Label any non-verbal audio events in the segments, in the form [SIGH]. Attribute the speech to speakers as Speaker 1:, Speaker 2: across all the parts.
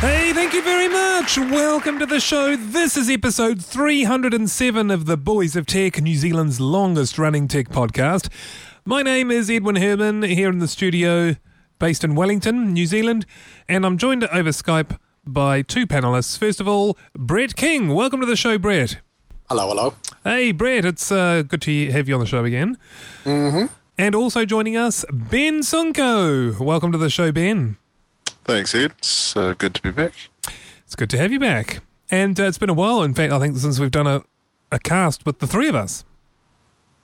Speaker 1: Hey, thank you very much. Welcome to the show. This is episode 307 of the Boys of Tech, New Zealand's longest running tech podcast. My name is Edwin Herman, here in the studio, based in Wellington, New Zealand, and I'm joined over Skype by two panelists. First of all, Brett King. Welcome to the show, Brett.
Speaker 2: Hello, hello.
Speaker 1: Hey, Brett, it's uh, good to have you on the show again. Mm-hmm. And also joining us, Ben Sunko. Welcome to the show, Ben.
Speaker 3: Thanks, Ed. It's uh, good to be back.
Speaker 1: It's good to have you back. And uh, it's been a while, in fact, I think since we've done a, a cast with the three of us.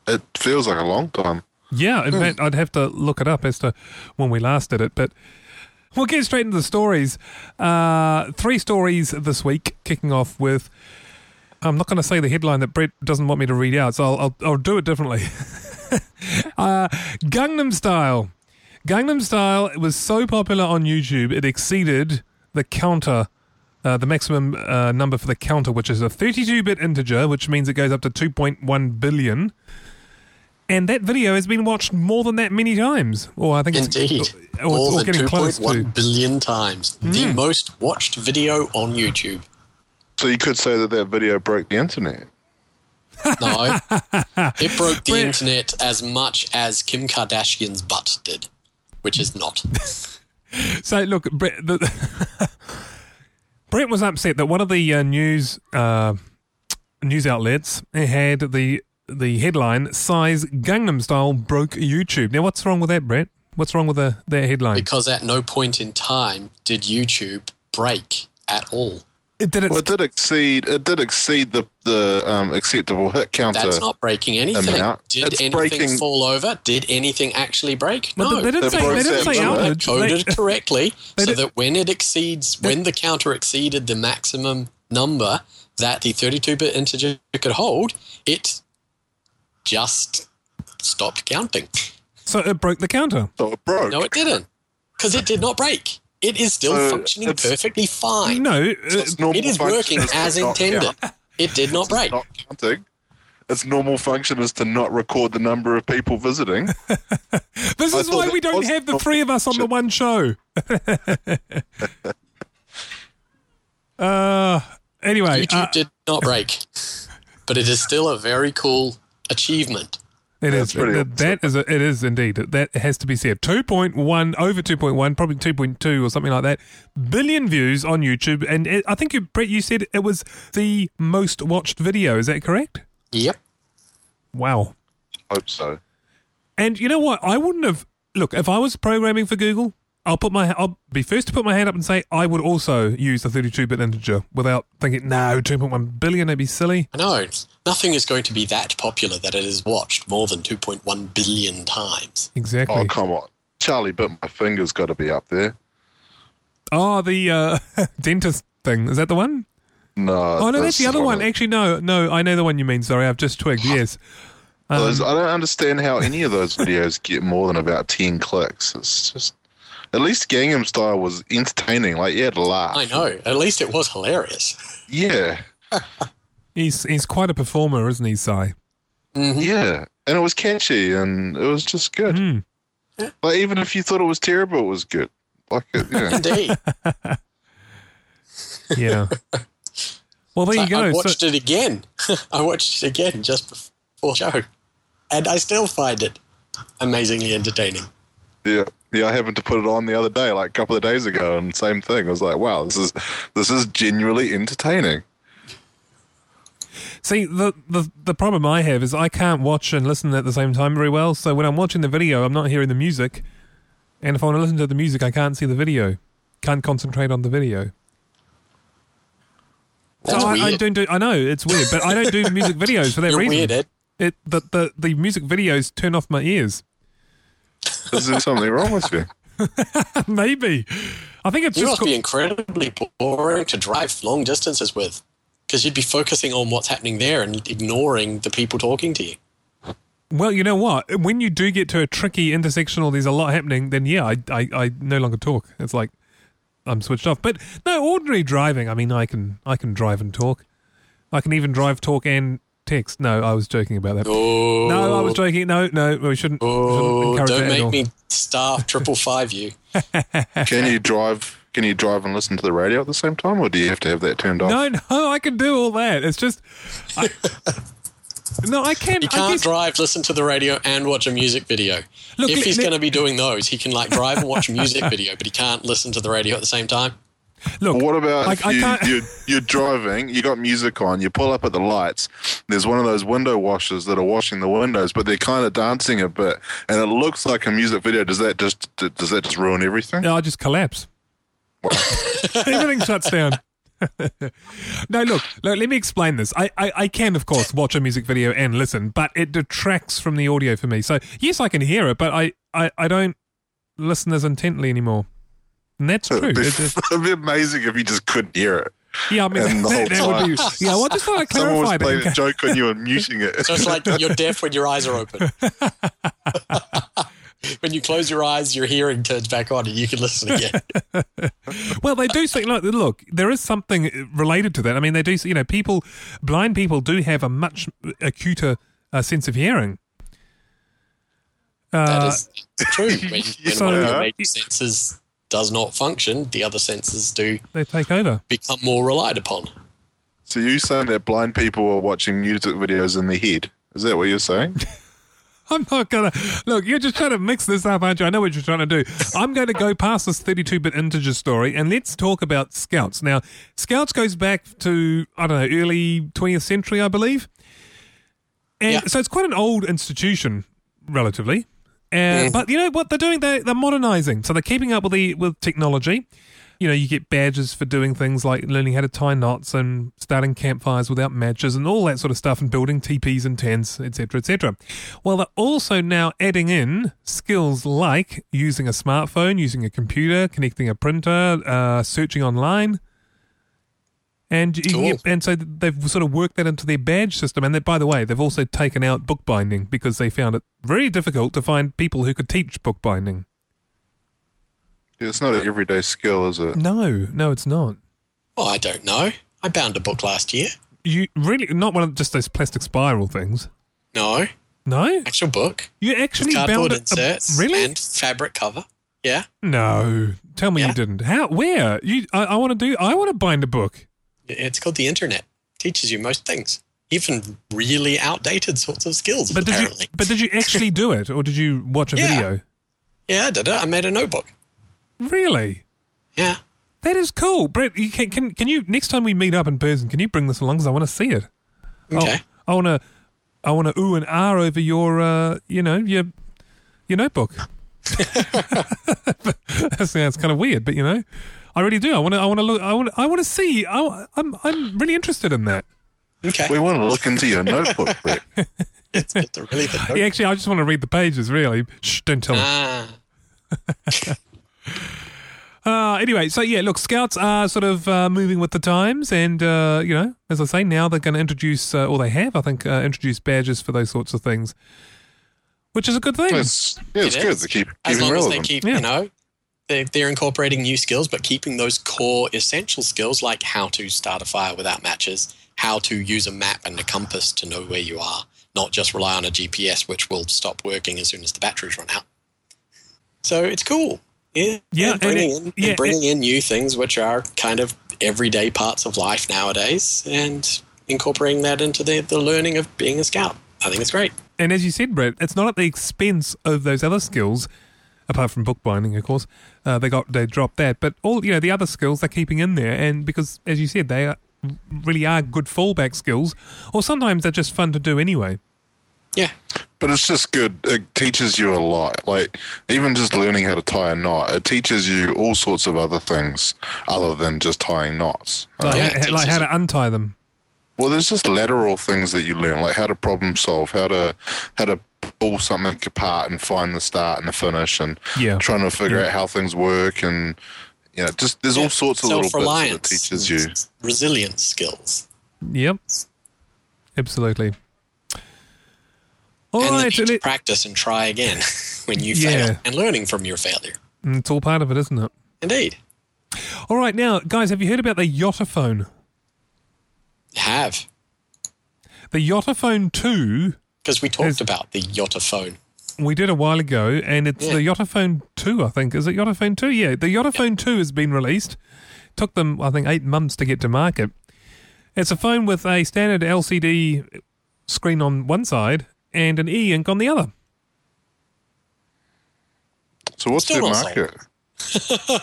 Speaker 3: It feels like a long time.
Speaker 1: Yeah, in fact, I'd have to look it up as to when we last did it, but we'll get straight into the stories. Uh, three stories this week, kicking off with. I'm not going to say the headline that Brett doesn't want me to read out, so I'll, I'll, I'll do it differently. [LAUGHS] uh, Gangnam Style. Gangnam Style was so popular on YouTube, it exceeded the counter, uh, the maximum uh, number for the counter, which is a 32 bit integer, which means it goes up to 2.1 billion. And that video has been watched more than that many times. Or I think
Speaker 2: Indeed.
Speaker 1: Oh, it's, or, or
Speaker 2: More
Speaker 1: it's
Speaker 2: than
Speaker 1: getting close to. Hmm.
Speaker 2: 2.1 billion times. The most watched video on YouTube.
Speaker 3: So you could say that that video broke the internet.
Speaker 2: No.
Speaker 1: [LAUGHS]
Speaker 2: it broke the
Speaker 1: Wait.
Speaker 2: internet as much as Kim Kardashian's butt did, which
Speaker 1: [LAUGHS]
Speaker 2: is not.
Speaker 1: So look, Brett, the, [LAUGHS] Brett was upset that one of the uh, news uh, news outlets had the the headline "Size Gangnam Style broke YouTube." Now, what's wrong with that, Brett? What's wrong with the, that headline?
Speaker 2: Because at no point in time did YouTube break at all.
Speaker 1: it did it.
Speaker 3: Well, it did exceed. It did exceed the the um, acceptable hit counter.
Speaker 2: That's not breaking anything.
Speaker 3: amount.
Speaker 2: Did
Speaker 3: uh, It's
Speaker 2: anything
Speaker 3: breaking-
Speaker 2: fall over? Did anything actually break?
Speaker 1: but
Speaker 2: no.
Speaker 1: they didn't
Speaker 3: They
Speaker 1: say,
Speaker 3: broke
Speaker 1: they didn't
Speaker 3: that
Speaker 1: say
Speaker 3: number.
Speaker 1: outage. They-
Speaker 2: coded correctly so
Speaker 1: did-
Speaker 2: that when it exceeds, when the counter exceeded the maximum number that the 32 bit integer could hold, it just stopped counting.
Speaker 1: so it broke the counter.
Speaker 3: So it broke.
Speaker 2: No, it didn't because it did not break. It is still
Speaker 3: So
Speaker 2: functioning
Speaker 3: it's-
Speaker 2: perfectly fine.
Speaker 1: No, uh,
Speaker 3: It's normal
Speaker 2: it is
Speaker 3: function
Speaker 2: working
Speaker 3: is to
Speaker 2: as
Speaker 3: not
Speaker 2: intended.
Speaker 3: count-
Speaker 2: It did not break.
Speaker 3: Not counting. Its normal function is to not record the number of people [LAUGHS] visiting.
Speaker 1: this
Speaker 3: I
Speaker 1: is
Speaker 3: thought
Speaker 1: why
Speaker 3: it
Speaker 1: we don't
Speaker 3: was
Speaker 1: have the
Speaker 3: not-
Speaker 1: three of us on the one show. [LAUGHS] uh, anyway,
Speaker 2: YouTube
Speaker 1: uh,
Speaker 2: did not break, but it is still a very cool achievement.
Speaker 1: It is.
Speaker 3: That's pretty
Speaker 1: That- that is. A, it is indeed. That has to be said. Two point one over two point one, probably two point two or something like that, billion views on YouTube, and it, I think you, Brett, you said it was the most watched video. Is that correct?
Speaker 2: Yep.
Speaker 1: Wow.
Speaker 3: Hope so.
Speaker 1: And you know what? I wouldn't have. Look, if I was programming for Google, I'll put my. I'll be first to put my hand up and say I would also use the 32-bit integer without thinking. No, 2.1 billion. That'd be silly.
Speaker 2: I know. Nothing is going to be that popular that it is watched more than 2.1 billion times.
Speaker 1: Exactly.
Speaker 3: Oh come on, Charlie bit my finger's got to be up there.
Speaker 1: Oh, the uh, [LAUGHS] dentist thing. Is that the one?
Speaker 3: No.
Speaker 1: Oh no,
Speaker 3: this
Speaker 1: that's the other one.
Speaker 3: is-
Speaker 1: Actually, no, no, I know the one you mean. Sorry, I've just twigged. Yes,
Speaker 3: Those- I don't understand how any of those videos get more than about ten clicks. It's just at least Gangnam Style was entertaining. Like you had to laugh.
Speaker 2: I know. At least it was
Speaker 1: [LAUGHS]
Speaker 2: hilarious.
Speaker 3: Yeah,
Speaker 1: he's he's quite a performer, isn't he, Si?
Speaker 3: yeah, and it was catchy and it was just good.
Speaker 1: Mm.
Speaker 3: Like even if you thought it was terrible, it was good. Like it,
Speaker 2: [LAUGHS]
Speaker 3: you know,
Speaker 2: Indeed.
Speaker 1: Yeah. [LAUGHS] well, there you
Speaker 2: I, I
Speaker 1: go. So-
Speaker 2: watched it again. [LAUGHS] I watched it again just before the show. And I still find it amazingly entertaining.
Speaker 3: yeah, yeah. I happened to put it on the other day, like a couple of days ago, and same thing. I was like, wow, this is this is genuinely entertaining.
Speaker 1: see, the, the the problem I have is I can't watch and listen at the same time very well. So when I'm watching the video, I'm not hearing the music, and if I want to listen to the music, I can't see the video, can't concentrate on the video. So
Speaker 2: That's
Speaker 1: Oh, I, I
Speaker 2: weird.
Speaker 1: don't do. I know it's weird, but I don't do music videos for that
Speaker 2: You're
Speaker 1: reason.
Speaker 2: weird, Ed.
Speaker 1: It the, the the music videos turn off my ears. [LAUGHS]
Speaker 3: Is there something wrong with you?
Speaker 1: Maybe. I think it's
Speaker 2: You
Speaker 1: just
Speaker 2: must be
Speaker 1: got,
Speaker 2: incredibly boring to drive long distances with because you'd be focusing on what's happening there and ignoring the people talking to you.
Speaker 1: well, you know what? When you do get to a tricky intersectional, there's a lot happening. Then yeah, I, I, I no longer talk. It's like I'm switched off. But no, ordinary driving. I mean, I can I can drive and talk. I can even drive, talk, and text. No, I was joking about that.
Speaker 2: Oh,
Speaker 1: No, I was joking. No, no, we shouldn't, we shouldn't
Speaker 2: oh
Speaker 1: encourage that
Speaker 2: don't
Speaker 1: at
Speaker 2: make
Speaker 1: all.
Speaker 2: me star triple five you.
Speaker 3: Can you drive? Can you drive and listen to the radio at the same time, or do you have to have that turned off?
Speaker 1: No, no, I can do all that. It's just,
Speaker 2: [LAUGHS]
Speaker 1: I, no, I can.
Speaker 2: You
Speaker 1: I
Speaker 2: can't
Speaker 1: guess,
Speaker 2: drive, listen to the radio, and watch a music video.
Speaker 1: Look,
Speaker 2: if
Speaker 1: let-
Speaker 2: he's
Speaker 1: let-
Speaker 2: going to be doing those, he can like drive and watch a music [LAUGHS] video, but he can't listen to the radio at the same time.
Speaker 1: look,
Speaker 3: What about
Speaker 1: I-
Speaker 3: if
Speaker 1: I
Speaker 3: you,
Speaker 1: can't-
Speaker 3: you, you're driving, you got music on, you pull up at the lights, there's one of those window washers that are washing the windows, but they're kind of dancing a bit, and it looks like a music video. Does that just d- does that just ruin everything?
Speaker 1: No, I just
Speaker 3: [LAUGHS]
Speaker 1: collapse. Everything shuts down. no, look, look, let me explain this. I, I, I can, of course, watch a music video and listen, but it detracts from the audio for me. So, yes, I can hear it, but I, I, I don't listen as intently anymore. And that's true.
Speaker 3: It'd be,
Speaker 1: It just-
Speaker 3: [LAUGHS] it'd be amazing if you just couldn't hear it.
Speaker 1: yeah, I [LAUGHS] mean,
Speaker 3: And the
Speaker 1: that,
Speaker 3: whole
Speaker 1: that would be. Yeah, well, I just thought I
Speaker 3: [LAUGHS] Someone was
Speaker 1: clarified it.
Speaker 3: playing
Speaker 1: in
Speaker 3: a
Speaker 1: ca-
Speaker 3: joke on you and muting it.
Speaker 2: So it's like you're deaf when your eyes
Speaker 1: [LAUGHS]
Speaker 2: are open. when you close your eyes, your hearing turns back on and you can listen again.
Speaker 1: Well, they do say, look, look, there is something related to that. I mean, they do, say, you know, people, blind people do have a much acuter uh, sense of hearing. [LAUGHS] Uh,
Speaker 2: That is true.
Speaker 1: [LAUGHS]
Speaker 2: When, when
Speaker 3: So-
Speaker 2: one of your major senses does not function, the other senses do
Speaker 1: they take over. [LAUGHS]
Speaker 2: become more relied upon.
Speaker 3: so you saying that blind people are watching music videos in their head? Is that what
Speaker 1: [LAUGHS]
Speaker 3: you're saying?
Speaker 1: I'm not gonna look. You're just trying to mix this up, aren't you? I know what you're trying to do. I'm going to go past this 32-bit integer story and let's talk about Scouts. Now, Scouts goes back to I don't know early 20th century, I believe, and
Speaker 2: Yeah.
Speaker 1: so it's quite an old institution, relatively. Uh, But you know what they're doing? They they're modernizing, so they're keeping up with the with technology. You know, you get badges for doing things like learning how to tie knots and starting campfires without matches and all that sort of stuff, and building teepees and tents, etc., etc. Well, they're also now adding in skills like using a smartphone, using a computer, connecting a printer, uh, searching online. And you-
Speaker 2: Cool.
Speaker 1: you- and so they've sort of worked that into their badge system. And that, by the way, they've also taken out bookbinding because they found it very difficult to find people who could teach bookbinding.
Speaker 3: it's not an everyday skill, is it?
Speaker 1: No, no, it's not.
Speaker 2: Well, I don't know. I bound a book last year.
Speaker 1: You really not one of just those plastic spiral things.
Speaker 2: No,
Speaker 1: No,
Speaker 2: actual book.
Speaker 1: you actually bound
Speaker 2: Cardboard
Speaker 1: it. a-
Speaker 2: inserts.
Speaker 1: really?
Speaker 2: And fabric cover. Yeah.
Speaker 1: no, tell me you
Speaker 2: Yeah.
Speaker 1: didn't. How? Where? You? I, I want to do. I want to bind a book.
Speaker 2: It's called the internet. Teaches you most things, even really outdated sorts of skills.
Speaker 1: But did you?
Speaker 2: apparently.
Speaker 1: But did you actually do it, or did you watch a
Speaker 2: Yeah.
Speaker 1: video?
Speaker 2: yeah, I did it. I made a notebook.
Speaker 1: Really?
Speaker 2: Yeah.
Speaker 1: That is cool, Brett. You can, can can you next time we meet up in person? Can you bring this along? Because I want to see it. Oh,
Speaker 2: Okay.
Speaker 1: I want to. I want to ooh and ah over your, uh, you know, your your notebook. that sounds kind of weird, but you know, I really do. I want to. I want to look. I want. I want to see. I, I'm. I'm really interested in that.
Speaker 2: Okay.
Speaker 3: We want to look into your notebook, Brett.
Speaker 1: [LAUGHS]
Speaker 2: It's it's really the notebook.
Speaker 1: Yeah, actually, I just want to read the pages. Really. Shh. Don't tell. them.
Speaker 2: Ah.
Speaker 1: Uh, anyway, so yeah, look, scouts are sort of uh, moving with the times, and uh, you know, as I say, now they're going to introduce, uh, or they have, I think, uh, introduced badges for those sorts of things, which is a good thing.
Speaker 3: It's, yeah, it's
Speaker 2: It
Speaker 3: good
Speaker 2: is.
Speaker 3: to keep, keep
Speaker 2: as
Speaker 3: them
Speaker 2: long as
Speaker 3: relevant.
Speaker 2: they keep,
Speaker 1: Yeah.
Speaker 2: you know, they're, they're incorporating new skills, but keeping those core essential skills like how to start a fire without matches, how to use a map and a compass to know where you are, not just rely on a GPS, which will stop working as soon as the batteries run out. So it's cool. Yeah,
Speaker 1: Yeah,
Speaker 2: and bringing,
Speaker 1: and it-
Speaker 2: in,
Speaker 1: yeah,
Speaker 2: and bringing in new things which are kind of everyday parts of life nowadays and incorporating that into the, the learning of being a scout. I think it's great.
Speaker 1: And as you said, Brett, it's not at the expense of those other skills, apart from bookbinding, of course. Uh, they got they dropped that, but all you know the other skills they're keeping in there, and because as you said, they are, really are good fallback skills, or sometimes they're just fun to do anyway.
Speaker 2: Yeah.
Speaker 3: But it's just good. It teaches you a lot. Like even just learning how to tie a knot, it teaches you all sorts of other things other than just tying knots.
Speaker 1: Like,
Speaker 2: Oh, yeah,
Speaker 1: ha-
Speaker 2: it
Speaker 1: like
Speaker 2: teaches
Speaker 1: how to untie them.
Speaker 3: Well, there's just lateral things that you learn, like how to problem solve, how to how to pull something apart and find the start and the finish, and
Speaker 1: Yeah.
Speaker 3: trying to figure out how things work, and you know, just there's all sorts of little bits that it
Speaker 2: Self-reliance,
Speaker 3: teaches you.
Speaker 2: resilience skills.
Speaker 1: Yep. Absolutely. All right.
Speaker 2: and the need
Speaker 1: and
Speaker 2: to
Speaker 1: it-
Speaker 2: practice and try again [LAUGHS] when you
Speaker 1: Yeah.
Speaker 2: fail and learning from your failure.
Speaker 1: and it's all part of it, isn't it?
Speaker 2: Indeed.
Speaker 1: All right, now, guys, have you heard about the Yotaphone?
Speaker 2: Have.
Speaker 1: The Yotaphone 2
Speaker 2: Because we talked about the Yotaphone.
Speaker 1: we did a while ago, and it's the Yotaphone 2, I think. Is it Yotaphone 2? Yeah, the Yotaphone 2 has been released. Took them, I think, eight months to get to market. It's a phone with a standard LCD screen on one side and an e ink on the other.
Speaker 3: So what's
Speaker 2: Still
Speaker 3: their
Speaker 2: not sold.
Speaker 3: market?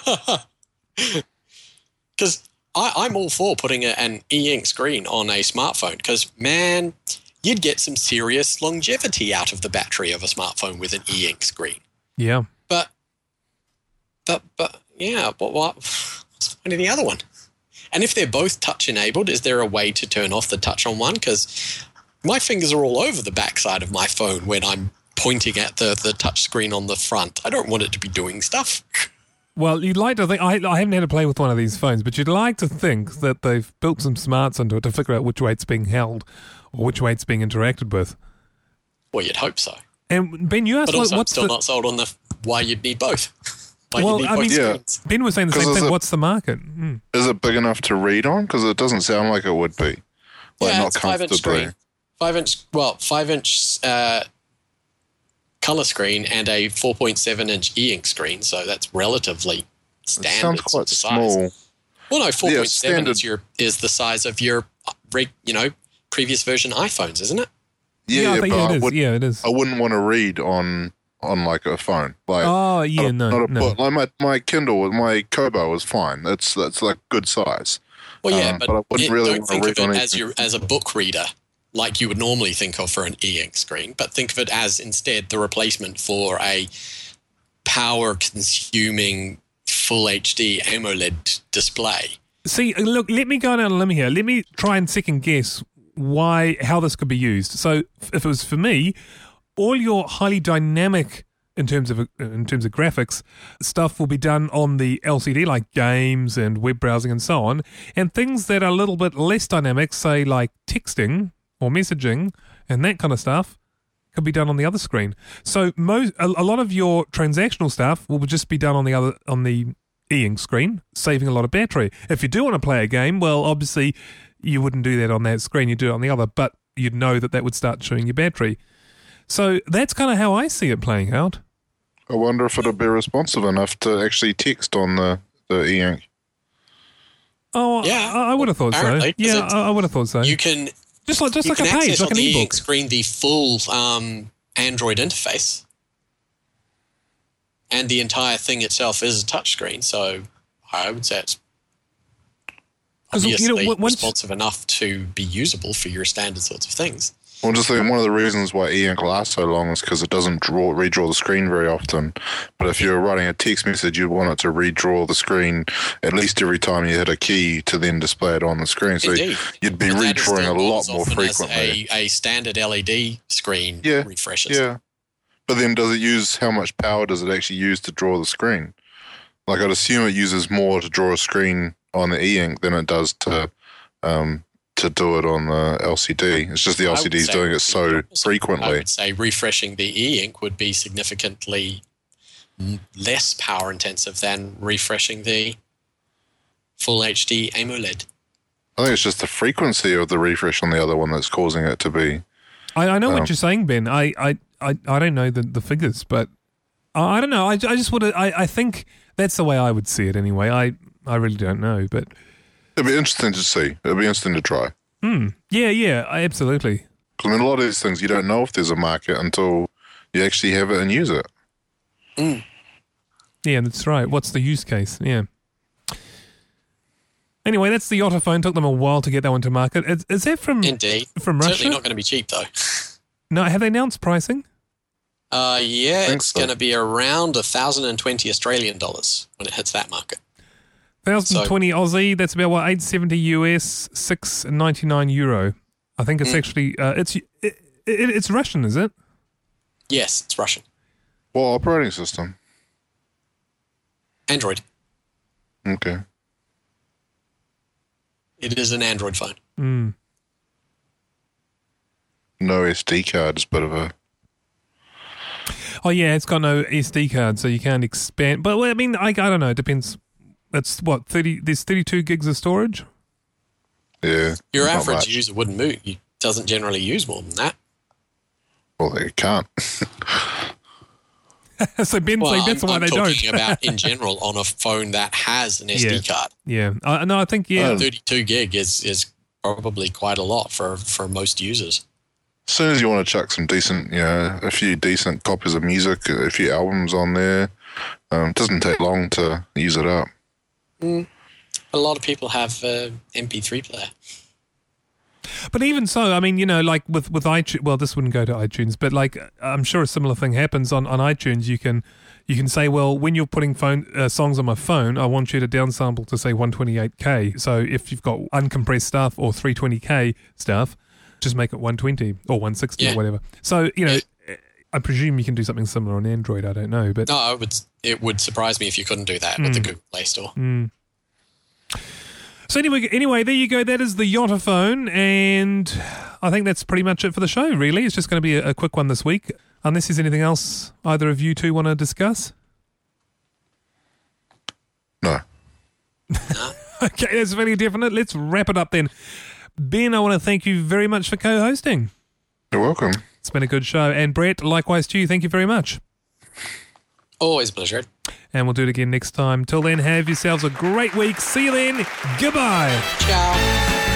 Speaker 2: Because I'm all for putting a, an e ink screen on a smartphone because, man, you'd get some serious longevity out of the battery of a smartphone with an e ink screen.
Speaker 1: Yeah.
Speaker 2: But, but, but, yeah, but what? What's the point of the other one? And if they're both touch enabled, is there a way to turn off the touch on one? Because my fingers are all over the backside of my phone when I'm pointing at the, the touch screen on the front. I don't want it to be doing stuff.
Speaker 1: Well, you'd like to think, I, I haven't had to play with one of these phones, but you'd like to think that they've built some smarts into it to figure out which way it's being held or which way it's being interacted with.
Speaker 2: Well, you'd hope so.
Speaker 1: And Ben, you asked
Speaker 2: But
Speaker 1: what-
Speaker 2: also, I'm
Speaker 1: what's
Speaker 2: still
Speaker 1: the,
Speaker 2: not sold on the why you'd need both. Why
Speaker 1: Well,
Speaker 2: you need
Speaker 1: I
Speaker 2: both
Speaker 1: mean-
Speaker 3: Yeah.
Speaker 2: screens.
Speaker 1: Ben was saying the
Speaker 3: 'Cause
Speaker 1: same
Speaker 3: there's
Speaker 1: thing.
Speaker 3: a-
Speaker 1: What's the market? Mm.
Speaker 3: Is it big enough to read on? Because it doesn't sound like it would be. Like not
Speaker 2: it's five inch
Speaker 3: comfortably.
Speaker 2: screen, five inch, well, five inch uh, color screen and a 4.7 inch e ink screen. So that's relatively
Speaker 3: It
Speaker 2: standard.
Speaker 3: sounds quite
Speaker 2: size.
Speaker 3: small.
Speaker 2: Well, no, 4.7
Speaker 3: standard.
Speaker 2: is your is the size of your uh, reg, you know previous version iPhones, isn't it?
Speaker 3: Yeah,
Speaker 1: I think
Speaker 3: yeah, but
Speaker 1: it
Speaker 3: I,
Speaker 1: is.
Speaker 3: would,
Speaker 1: yeah, it is.
Speaker 3: I wouldn't want to read on on like a phone. Like
Speaker 1: Oh, yeah,
Speaker 3: not a,
Speaker 1: no,
Speaker 3: not a
Speaker 1: no.
Speaker 3: book. Like my, my Kindle, my Kobo was fine. That's that's like good size.
Speaker 2: Well, yeah,
Speaker 3: Um,
Speaker 2: but,
Speaker 3: but I wouldn't
Speaker 2: it-
Speaker 3: really
Speaker 2: don't
Speaker 3: wanna
Speaker 2: think of
Speaker 3: read on
Speaker 2: it
Speaker 3: it.
Speaker 2: as your as a book reader like you would normally think of for an e-ink screen, but think of it as instead the replacement for a power-consuming full HD AMOLED display.
Speaker 1: See, look, let me go down a limb here. Let me try and second guess why how this could be used. So, f- if it was for me, all your highly dynamic in terms of uh, in terms of graphics stuff will be done on the LCD, like games and web browsing and so on, and things that are a little bit less dynamic, say like texting or messaging and that kind of stuff, could be done on the other screen. So, most a, a lot of your transactional stuff will just be done on the other on the e-ink screen, saving a lot of battery. If you do want to play a game, well, obviously you wouldn't do that on that screen. You'd do it on the other, but you'd know that that would start chewing your battery. So that's kind of how I see it playing out.
Speaker 3: I wonder if it'll be responsive enough to actually text on the the e-ink.
Speaker 1: Oh,
Speaker 2: Yeah,
Speaker 1: I, I would have thought so.
Speaker 2: apparently, 'cause
Speaker 1: Yeah,
Speaker 2: it's-
Speaker 1: I, I would have thought so.
Speaker 2: You can
Speaker 1: just like just
Speaker 2: you
Speaker 1: like a
Speaker 2: can
Speaker 1: page,
Speaker 2: access
Speaker 1: like
Speaker 2: on
Speaker 1: an
Speaker 2: the
Speaker 1: ebook.
Speaker 2: e-ink screen the full um, Android interface, and the entire thing itself is a touchscreen. So I would say it's
Speaker 1: 'Cause, you know,
Speaker 2: obviously
Speaker 1: on- once-
Speaker 2: responsive enough to be usable for your standard sorts of things.
Speaker 3: I'm just thinking one of the reasons why e-ink lasts so long is because it doesn't draw redraw the screen very often. But if you're writing a text message, you'd want it to redraw the screen at least every time you hit a key to then display it on the screen. So
Speaker 2: Indeed.
Speaker 3: you'd be
Speaker 2: But that is
Speaker 3: redrawing
Speaker 2: still
Speaker 3: a lot
Speaker 2: as
Speaker 3: more
Speaker 2: often as
Speaker 3: frequently.
Speaker 2: A, a standard LED screen
Speaker 3: Yeah,
Speaker 2: refreshes.
Speaker 3: Yeah, but then does it use how much power does it actually use to draw the screen? Like I'd assume it uses more to draw a screen on the e-ink than it does to um, to do it on the LCD. It's just the
Speaker 2: would
Speaker 3: LCD is
Speaker 2: say
Speaker 3: doing
Speaker 2: it would
Speaker 3: it
Speaker 2: be the
Speaker 3: so
Speaker 2: opposite. I
Speaker 3: frequently.
Speaker 2: would say refreshing the e-ink would be significantly m- less power intensive than refreshing the full HD AMOLED.
Speaker 3: I think it's just the frequency of the refresh on the other one that's causing it to be.
Speaker 1: I, I know
Speaker 3: Um,
Speaker 1: what you're saying, Ben. I, I, I, I don't know the, the figures, but I, I don't know. I, I just want to. I, I think that's the way I would see it anyway. I, I really don't know, but
Speaker 3: It'd be interesting to see. It'd be interesting to try.
Speaker 1: hmm. yeah, yeah, I- absolutely.
Speaker 3: 'Cause, I mean, a lot of these things you don't know if there's a market until you actually have it and use it.
Speaker 1: Yeah, that's right. What's the use case? Yeah. Anyway, that's the Yotaphone. Took them a while to get that one to market. Is, is that from
Speaker 2: Indeed.
Speaker 1: Hmm. from Russia?
Speaker 2: Certainly not going to be cheap though.
Speaker 1: No, have they announced pricing?
Speaker 2: Uh, yeah,
Speaker 3: Think
Speaker 2: it's
Speaker 3: so.
Speaker 2: going to be around 1,020 Australian dollars when it hits that market.
Speaker 1: 1020 Aussie, that's about what 870 US, 699 euro. I think
Speaker 2: Mm.
Speaker 1: it's actually uh, it's it, it, it's Russian, is it?
Speaker 2: Yes, it's Russian.
Speaker 3: What operating system?
Speaker 2: Android.
Speaker 3: Okay.
Speaker 2: It is an Android phone.
Speaker 1: Mm.
Speaker 3: No SD card is a bit of a.
Speaker 1: Oh yeah, it's got no SD card, so you can't expand. But well, I mean, I, I don't know. It depends. It's what thirty. There's thirty-two gigs of storage. [LAUGHS]
Speaker 3: Yeah.
Speaker 2: Your
Speaker 3: not
Speaker 2: average
Speaker 3: much.
Speaker 2: user wouldn't move. It doesn't generally use more than that.
Speaker 3: Well, they can't.
Speaker 1: so Ben's
Speaker 2: Well,
Speaker 1: like, that's
Speaker 2: I'm,
Speaker 1: why
Speaker 2: I'm
Speaker 1: they don't. [LAUGHS]
Speaker 2: talking about in general on a phone that has an SD
Speaker 1: Yeah.
Speaker 2: card.
Speaker 1: yeah. Uh, no, I think yeah.
Speaker 3: Oh.
Speaker 2: 32 gig is is probably quite a lot for for most users.
Speaker 3: As soon as you want to chuck some decent, you know, a few decent copies of music, a few albums on there, um, it doesn't take long to use it up.
Speaker 2: A lot of people have uh, MP3 player.
Speaker 1: But even so, I mean, you know, like with with iTunes, well, this wouldn't go to iTunes, but like I'm sure a similar thing happens on on iTunes. You can you can say, well, when you're putting phone uh, songs on my phone, I want you to downsample to say 128k. So if you've got uncompressed stuff or 320k stuff, just make it 120 or 160
Speaker 2: Yeah.
Speaker 1: or whatever. So you know. I presume you can do something similar on Android. I don't know, but
Speaker 2: No, I would. It would surprise me if you couldn't do that with the
Speaker 1: Hmm.
Speaker 2: Google Play Store.
Speaker 1: so anyway, anyway, there you go. That is the Yotaphone, and I think that's pretty much it for the show. Really, it's just going to be a, a quick one this week, unless there's anything else either of you two want to discuss. [LAUGHS]
Speaker 3: No.
Speaker 1: Okay, that's very definite. Let's wrap it up then. Ben, I want to thank you very much for co-hosting.
Speaker 3: You're welcome.
Speaker 1: It's been a good show, and Brett, likewise to you. Thank you very much.
Speaker 2: Always a pleasure.
Speaker 1: And we'll do it again next time. Till then, have yourselves a great week. See you then. Goodbye.
Speaker 2: Ciao.